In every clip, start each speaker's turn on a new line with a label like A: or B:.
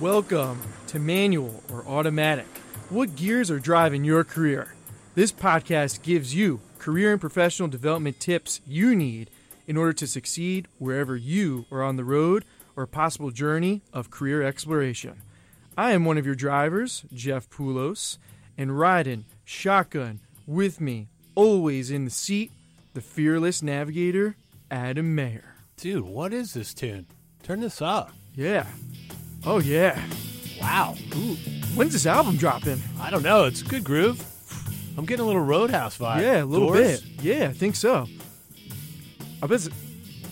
A: Welcome to Manual or Automatic. What gears are driving your career? This podcast gives you career and professional development tips you need in order to succeed wherever you are on the road or a possible journey of career exploration. I am one of your drivers, Jeff Poulos, and riding shotgun with me, always in the seat, the fearless navigator, Adam Mayer.
B: Dude, what is this tune? Turn this up.
A: Yeah. Oh, yeah.
B: Wow. Ooh,
A: When's this album dropping?
B: I don't know. It's a good groove. I'm getting a little Roadhouse vibe.
A: Yeah, a little
B: Doors.
A: bit. Yeah, I think so. I bet. It's,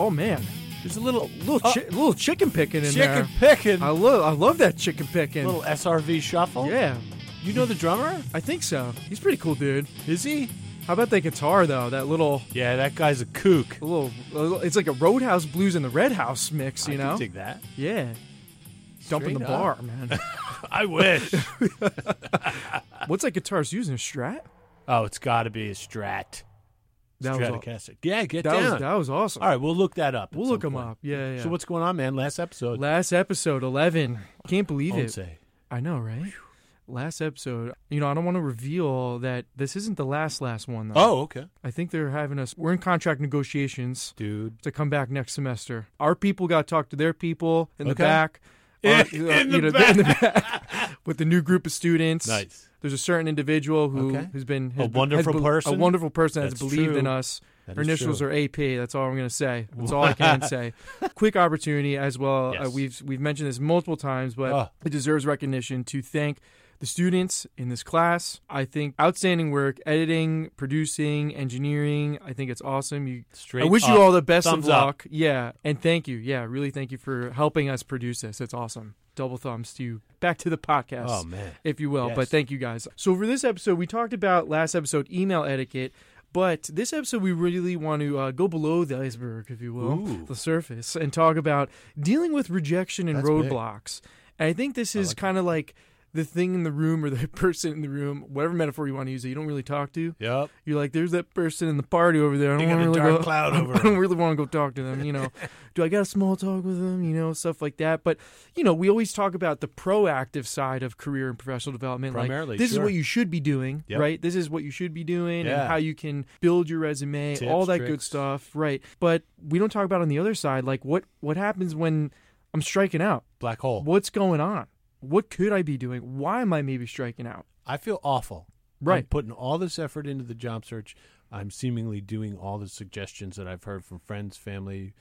A: oh man,
B: There's a little
A: little
B: Oh.
A: chi- little chicken picking in
B: chicken
A: there.
B: picking.
A: I love I love that chicken picking.
B: little SRV shuffle.
A: yeah,
B: You know the drummer?
A: I think so. He's pretty cool, dude.
B: Is he?
A: How about that guitar though? That little
B: Yeah, that guy's a kook.
A: little, little it's like a Roadhouse Blues and the Red House mix, you
B: I
A: know?
B: Can dig that.
A: yeah. Dumping the
B: Straight
A: bar, man.
B: I wish.
A: What's that guitarist using? A Strat?
B: oh, it's got to be a Strat.
A: That was all-
B: Stratocaster. yeah, get
A: That
B: down.
A: was that was awesome.
B: All right, we'll look that up. at
A: We'll
B: some
A: look him
B: point.
A: up. Yeah, yeah.
B: So what's going on, man? Last episode.
A: Last episode eleven. Can't believe
B: Don't
A: it.
B: say.
A: I know, right? Last episode, you know, I don't want to reveal that this isn't the last last one. Though.
B: Oh, okay.
A: I think they're having us. We're in contract negotiations
B: Dude.
A: to come back next semester. Our people got to talk to their people in the
B: Okay.
A: back.
B: In-
A: Our-
B: in the
A: in the back with the new group of students.
B: Nice.
A: There's a certain individual who
B: Okay.
A: has been
B: A
A: has,
B: wonderful
A: has, be- A
B: person?
A: wonderful person has
B: That's
A: believed in
B: true.
A: us.
B: That
A: Her
B: is
A: initials
B: true.
A: are AP. That's all I'm going to say. That's all I can say. Quick opportunity as well. Uh,
B: Yes.
A: we've we've mentioned this multiple times, but
B: Ah.
A: it deserves recognition to thank the students in this class. I think outstanding work, editing, producing, engineering. I think it's awesome. You.
B: Straight
A: I wish
B: up.
A: you all the best
B: Thumbs
A: of
B: up.
A: luck. Yeah, and thank you. Yeah, really thank you for helping us produce this. It's awesome. Double thumbs to you. Back to the podcast
B: Oh, man.
A: if you will.
B: Yes.
A: But thank you guys. So for this episode, we talked about last episode email etiquette, but this episode we really want to uh, go below the iceberg, if you will,
B: Ooh.
A: the surface, and talk about dealing with rejection and
B: That's big.
A: roadblocks. And I think this is kind of like the thing in the room or the person in the room, whatever metaphor you want to use that you don't really talk to.
B: Yep.
A: You're like, there's that person in the party over there. I
B: They
A: don't
B: got a
A: really
B: dark
A: go-
B: cloud over
A: I don't really want to go talk to them. You know, do I got a small talk with them? You know, stuff like that. But you know, we always talk about the proactive side of career and professional development.
B: Primarily,
A: like, this is
B: sure.
A: what you should be doing,
B: Yep.
A: right? This is what you should be doing,
B: Yeah.
A: and how you can build your resume,
B: Tips,
A: all that good
B: tricks.
A: stuff, right? But we don't talk about on the other side, like what what happens when I'm striking out.
B: Black hole.
A: What's going on? What could I be doing? Why am I maybe striking out?
B: I feel awful. I'm
A: Right.
B: putting all this effort into the job search. I'm seemingly doing all the suggestions that I've heard from friends, family,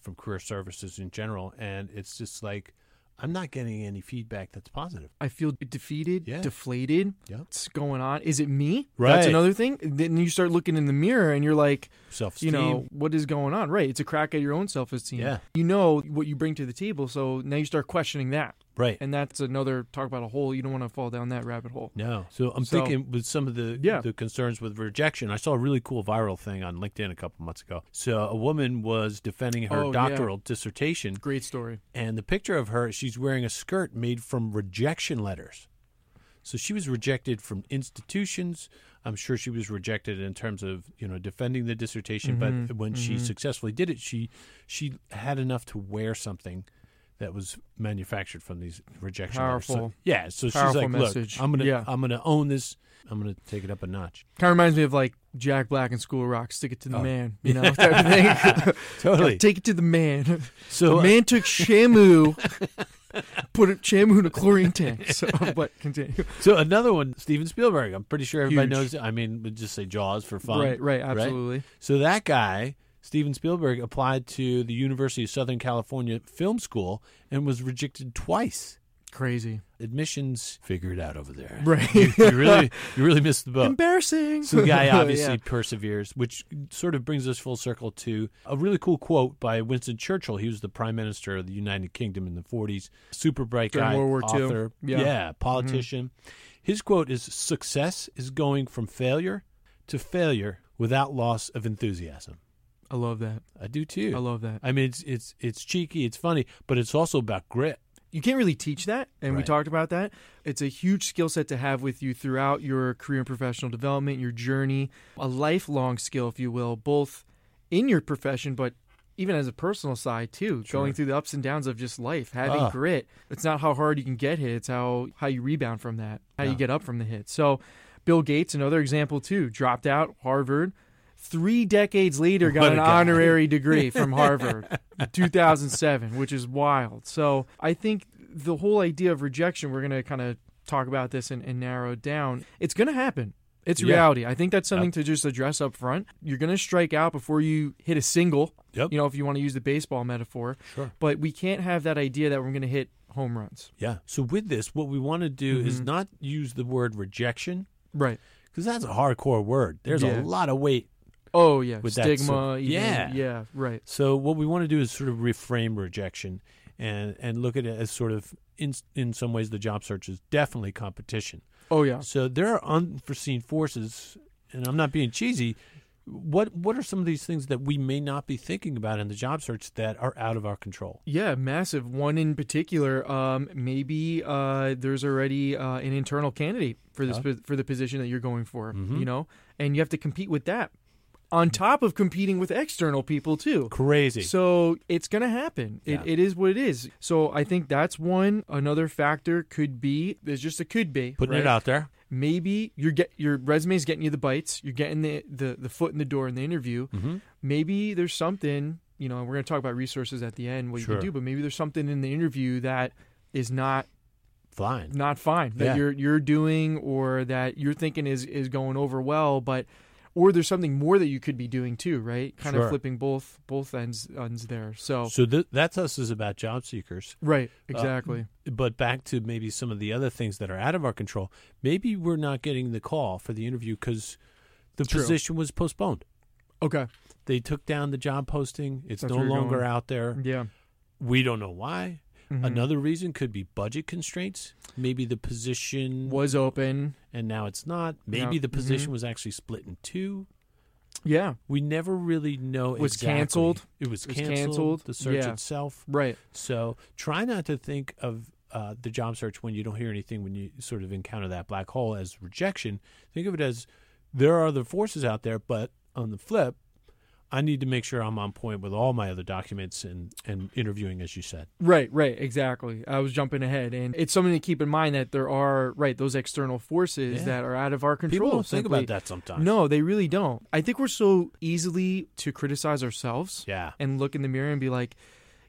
B: from career services in general. And it's just like, I'm not getting any feedback that's positive.
A: I feel defeated,
B: Yeah.
A: deflated.
B: Yeah.
A: What's going on? Is it me? That's
B: Right.
A: another thing. Then you start looking in the mirror and you're like,
B: Self
A: you
B: esteem.
A: know, what is going on? Right. It's a crack at your own self esteem.
B: Yeah.
A: You know what you bring to the table. So now you start questioning that.
B: right.
A: And that's another talk about a hole. You don't want to fall down that rabbit hole.
B: No. So I'm
A: So-
B: thinking with some of the
A: Yeah.
B: the concerns with rejection. I saw a really cool viral thing on LinkedIn a couple months ago. So a woman was defending her
A: Oh, yeah.
B: doctoral dissertation
A: Great story.
B: and the picture of her she's wearing a skirt made from rejection letters so she was rejected from institutions i'm sure she was rejected in terms of you know defending the dissertation
A: Mm-hmm.
B: but when she successfully did it she she had enough to wear something that was manufactured from these rejection letters.
A: Powerful.
B: So, yeah, so she's
A: Powerful
B: like,
A: message.
B: "Look, I'm gonna,
A: Yeah.
B: I'm gonna own this. I'm gonna take it up a notch."
A: Kind of reminds me of like Jack Black in School Rock, stick it to the man, you know,
B: Oh. Yeah.
A: type of thing.
B: Totally.
A: Take it to the man.
B: So
A: the
B: uh,
A: man took Shamu, put a, Shamu in a chlorine tank. So, but continue.
B: So another one, Steven Spielberg. I'm pretty sure everybody
A: Huge.
B: knows. I mean, we just say Jaws for fun,
A: Right, right, absolutely.
B: So that guy, Steven Spielberg, applied to the University of Southern California Film School and was rejected twice.
A: Crazy.
B: Admissions figured out over there.
A: Right.
B: you really, you really missed the boat.
A: Embarrassing.
B: So the guy
A: Yeah.
B: obviously perseveres, which sort of brings us full circle to a really cool quote by Winston Churchill. He was the prime minister of the United Kingdom in the 40s, super bright
A: During
B: guy,
A: World War II.
B: author,
A: Yeah. Mm-hmm.
B: politician. His quote is success is going from failure to failure without loss of enthusiasm.
A: I love that.
B: I do too.
A: I love that.
B: I mean, it's it's it's cheeky, it's funny, but it's also about grit.
A: You can't really teach that, and we
B: Right.
A: talked about that. It's a huge skill set to have with you throughout your career and professional development, your journey, a lifelong skill, if you will, both in your profession, but even as a personal side too, going through the ups and downs of just life, having
B: Ah.
A: grit. It's not how hard you can get hit; it's how how you rebound from that, how you get up from the hit. So, Bill Gates, another example too, dropped out Harvard. Three decades later, got
B: What
A: an
B: a guy.
A: honorary degree from Harvard, in 2007, which is wild. So I think the whole idea of rejection, we're going to kind of talk about this and, and narrow it down. It's going to happen. It's
B: Yeah.
A: reality. I think that's something to just address up front. You're going to strike out before you hit a single
B: Yep.
A: you know, if you want to use the baseball metaphor.
B: Sure.
A: But we can't have that idea that we're going to hit home runs.
B: Yeah. Mm-hmm. So with this, what we want to do is not use the word rejection
A: Right.
B: because that's a hardcore word. There's
A: Yeah.
B: a lot of weight.
A: Oh yeah,
B: With that
A: stigma.
B: sort-
A: even-
B: Yeah.
A: Yeah. Right.
B: So what we want to do is sort of reframe rejection and and look at it as sort of in in some ways the job search is definitely competition.
A: Oh yeah.
B: So there are unforeseen forces, and I'm not being cheesy. What what are some of these things that we may not be thinking about in the job search that are out of our control?
A: Yeah, massive. One in particular. Um, maybe uh, there's already uh, an internal candidate for this po- for the position that you're going for.
B: Mm-hmm.
A: You know, and you have to compete with that, on top of competing with external people too.
B: Crazy.
A: So it's going to happen.
B: Yeah.
A: It, it is what it is. So I think that's one. Another factor could be there's just a could be
B: Putting
A: right?
B: it out there.
A: maybe you're get your resume's getting you the bites, you're getting the the, the foot in the door in the interview.
B: Mm-hmm.
A: Maybe there's something, you know, and we're going to talk about resources at the end what you
B: Sure.
A: can do, but maybe there's something in the interview that is not
B: Fine.
A: not fine that
B: Yeah.
A: you're you're doing or that you're thinking is is going over well, but or there's something more that you could be doing too, right? Kind of
B: Sure.
A: flipping both both ends ends there. So
B: So th- that's us is about job seekers.
A: right,
B: Uh,
A: exactly.
B: but back to maybe some of the other things that are out of our control. Maybe we're not getting the call for the interview because the
A: True.
B: position was postponed.
A: okay.
B: They took down the job posting. It's
A: That's
B: no
A: where you're
B: longer
A: going. Mm-hmm.
B: out there.
A: Yeah. Mm-hmm.
B: We don't know why. Another reason could be budget constraints. Maybe the position
A: Was open.
B: and now it's not. Maybe
A: Yeah. Mm-hmm.
B: the position was actually split in two.
A: Yeah.
B: We never really know.
A: Was
B: exactly.
A: canceled.
B: It was
A: It was
B: canceled.
A: canceled.
B: The search
A: Yeah.
B: itself.
A: Right.
B: So try not to think of uh, the job search when you don't hear anything, when you sort of encounter that black hole as rejection. Think of it as there are the forces out there, but on the flip, I need to make sure I'm on point with all my other documents and, and interviewing, as you said.
A: Right, right, exactly. I was jumping ahead, and it's something to keep in mind that there are right those external forces
B: Yeah.
A: that are out of our control.
B: People don't think
A: simply.
B: about that sometimes.
A: No, they really don't. I think we're so easily to criticize ourselves
B: Yeah.
A: and look in the mirror and be like,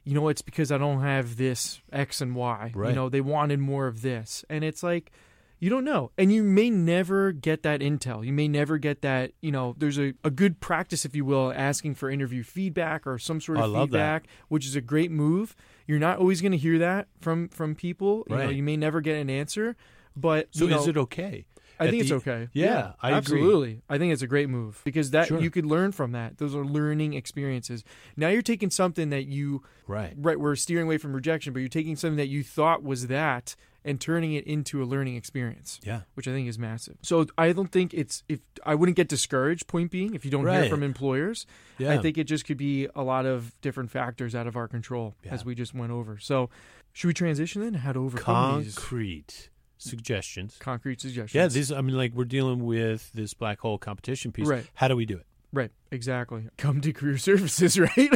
A: you know, it's because I don't have this X and Y. You
B: Right.
A: know, they wanted more of this, and it's like. You don't know. And you may never get that intel. You may never get that, you know, there's a, a good practice, if you will, asking for interview feedback or some sort of
B: I love that.
A: feedback back, which is a great move. You're not always going to hear that from from people. You, know,
B: Right.
A: you may never get an answer, but
B: So
A: you know,
B: is it okay?
A: I
B: At
A: think it's
B: the-
A: okay.
B: Yeah, I agree.
A: absolutely. I think it's a great move because that
B: Sure.
A: you could learn from that. Those are learning experiences. Now you're taking something that you
B: Right.
A: right we're steering away from rejection, but you're taking something that you thought was that and turning it into a learning experience
B: Yeah.
A: which I think is massive. So I don't think it's if I wouldn't get discouraged. Point being, if you don't hear
B: Right.
A: from employers, I
B: Yeah.
A: think it just could be a lot of different factors out of our control, as we just went over. So should we transition then? How to overcome these
B: Concrete suggestions.
A: concrete suggestions?
B: Yeah, these I mean like we're dealing with this black hole competition piece.
A: Right.
B: How do we do it?
A: right, exactly. Come to career services, right?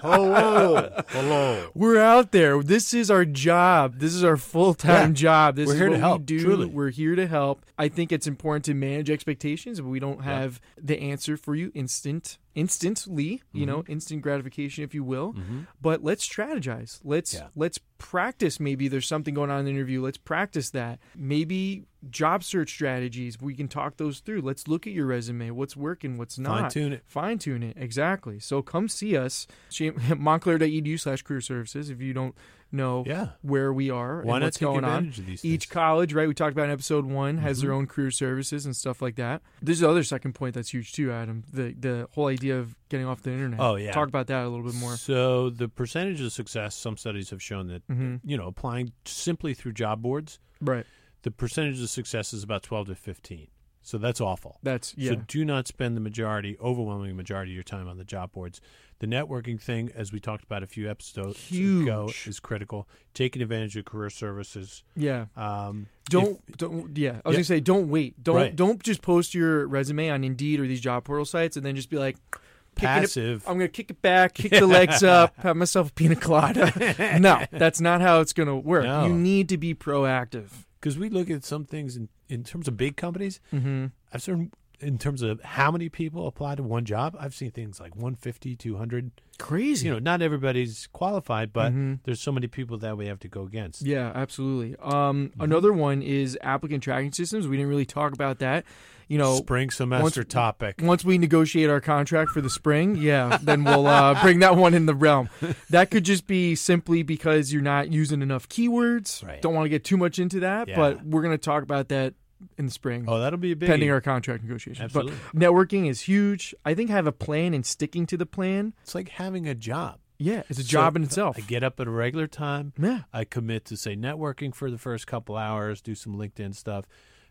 B: Hello. Hello.
A: We're out there. This is our job. This is our full time
B: Yeah.
A: job. This
B: We're
A: is
B: here
A: what
B: to help,
A: we do.
B: truly.
A: We're here to help. I think it's important to manage expectations, but we don't have the answer for you instant instantly,
B: Mm-hmm.
A: you know, instant gratification if you will. But let's strategize. Let's
B: Yeah.
A: let's practice maybe there's something going on in the interview. Let's practice that. Maybe job search strategies. We can talk those through. Let's look at your resume. What's working, what's not.
B: Fine-tune it.
A: Fine tune it. Exactly. So come see us. She- Montclair.edu E slash career services if you don't know
B: Yeah.
A: where we are
B: Why
A: and
B: not
A: what's
B: take
A: going on.
B: advantage of these
A: Each
B: things? Mm-hmm.
A: college, right? We talked about in episode one, has their own career services and stuff like that. There's the other second point that's huge too, Adam. The the whole idea of getting off the internet.
B: Oh, yeah.
A: Talk about that a little bit more.
B: So the percentage of success, some studies have shown that
A: Mm-hmm.
B: you know applying simply through job boards,
A: Right.
B: the percentage of success is about twelve to fifteen. So that's awful.
A: That's yeah.
B: So do not spend the majority, overwhelming majority of your time on the job boards. The networking thing, as we talked about a few episodes ago,
A: Huge.
B: is critical. Taking advantage of career services.
A: yeah.
B: Um,
A: Don't don't yeah. I was
B: Yeah.
A: gonna say don't wait. Don't
B: Right.
A: don't just post your resume on Indeed or these job portal sites and then just be like, kicking it-
B: Passive.
A: I'm going to kick it back, kick the legs up, have myself a pina colada. no, that's not how it's going to work.
B: No.
A: You need to be proactive.
B: because we look at some things in, in terms of big companies. I've seen in terms of how many people apply to one job. I've seen things like 150, 200.
A: Crazy.
B: You know, not everybody's qualified, but
A: Mm-hmm.
B: there's so many people that we have to go against.
A: Yeah, absolutely. Um,
B: Mm-hmm.
A: Another one is applicant tracking systems. We didn't really talk about that. You know,
B: Spring semester
A: once- Mm-hmm.
B: topic.
A: once we negotiate our contract for the spring, yeah, then we'll uh, bring that one in the realm. That could just be simply because you're not using enough keywords.
B: Right.
A: Don't want to get too much into that,
B: Yeah.
A: but we're going to talk about that in the spring.
B: Oh, that'll be a big.
A: Pending our contract negotiations.
B: Absolutely.
A: But networking is huge. I think have a plan and sticking to the plan.
B: it's like having a job.
A: Yeah, it's a
B: So
A: job in itself.
B: I get up at a regular time.
A: yeah.
B: I commit to say networking for the first couple hours, do some LinkedIn stuff.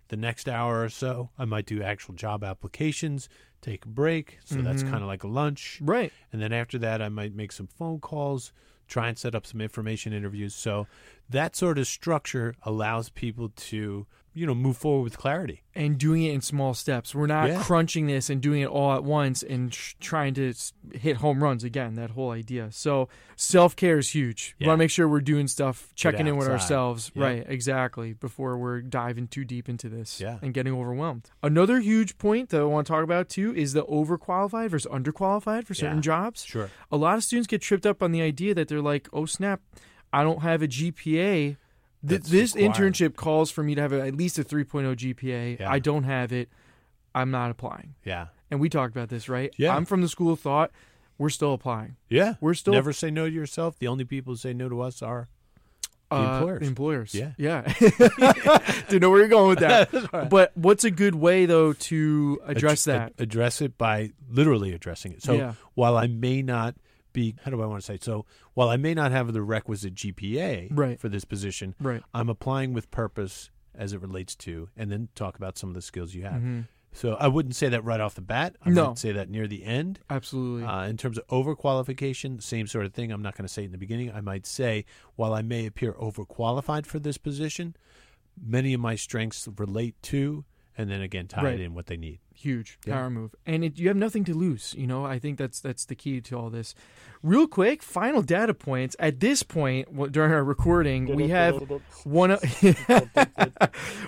B: The next hour or so, I might do actual job applications, take a break. So that's
A: Mm-hmm.
B: kind of like a lunch.
A: Right.
B: And then after that, I might make some phone calls, try and set up some information interviews. So that sort of structure allows people to, you know, move forward with clarity.
A: and doing it in small steps. We're not
B: Yeah.
A: crunching this and doing it all at once and tr- trying to s- hit home runs again. That whole idea. So self care is huge. We
B: Yeah.
A: want to make sure we're doing stuff, checking in with
B: outside.
A: ourselves,
B: Yeah.
A: right? Exactly. Before we're diving too deep into this
B: Yeah.
A: and getting overwhelmed. Another huge point that I want to talk about too is the overqualified versus underqualified for certain
B: Yeah.
A: jobs.
B: Sure.
A: A lot of students get tripped up on the idea that they're like, "Oh snap, I don't have a GPA." Th-
B: That's
A: this
B: required.
A: internship calls for me to have a, at least a 3.0 GPA.
B: Yeah.
A: I don't have it. I'm not applying.
B: Yeah.
A: And we talked about this, right?
B: Yeah.
A: I'm from the school of thought. We're still applying.
B: Yeah.
A: We're still
B: Never say no to yourself. The only people who say no to us are the
A: uh,
B: employers.
A: Employers.
B: Yeah.
A: Yeah. Didn't know where you're going with that. But what's a good way though to address
B: ad-
A: that?
B: ad- Address it by literally addressing it. So
A: Yeah.
B: while I may not be, how do I want to say? It? So while I may not have the requisite GPA
A: Right.
B: for this position,
A: Right.
B: I'm applying with purpose as it relates to, and then talk about some of the skills you have. So I wouldn't say that right off the bat. I
A: Mm-hmm. No.
B: would say that near the end.
A: Absolutely.
B: Uh, in terms of overqualification, same sort of thing. I'm not going to say it in the beginning. I might say, while I may appear overqualified for this position, many of my strengths relate to, and then again, tie
A: Right.
B: it in what they need.
A: huge power move and it, you have nothing to lose you know i think that's that's the key to all this real quick final data points at this point well, during our recording we have one o-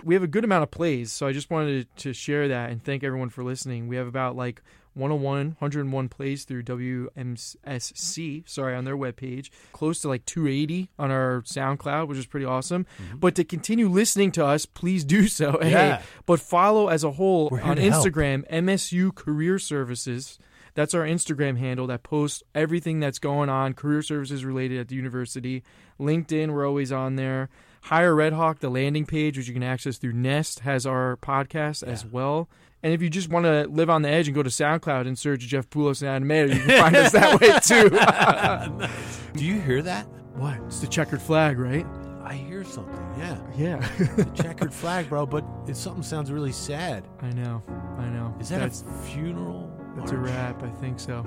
A: we have a good amount of plays so i just wanted to share that and thank everyone for listening we have about like 101 101 plays through wmsc sorry on their webpage close to like 280 on our soundcloud which is pretty awesome but to continue listening to us please do so
B: Yeah.
A: hey but follow as a whole
B: We're here
A: on
B: to help.
A: Instagram, MSU Career Services. That's our Instagram handle that posts everything that's going on, career services related at the university. LinkedIn, we're always on there. Hire Red Hawk, the landing page, which you can access through Nest, has our podcast as well. And if you just want to live on the edge and go to SoundCloud and search Jeff Poulos and Adam Mayer, you can find us that way too.
B: Do you hear that?
A: what? It's the checkered flag, right?
B: I hear something. Yeah,
A: Yeah.
B: the checkered flag, bro. But it, something sounds really sad.
A: I know. I know.
B: Is that
A: that's,
B: a funeral?
A: that's a
B: march?
A: wrap? I think so.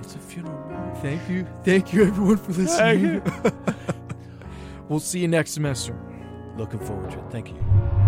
B: It's a funeral. march.
A: Thank you. Thank you, everyone, for
B: Thank
A: listening. we'll see you next semester.
B: Looking forward to it. Thank you.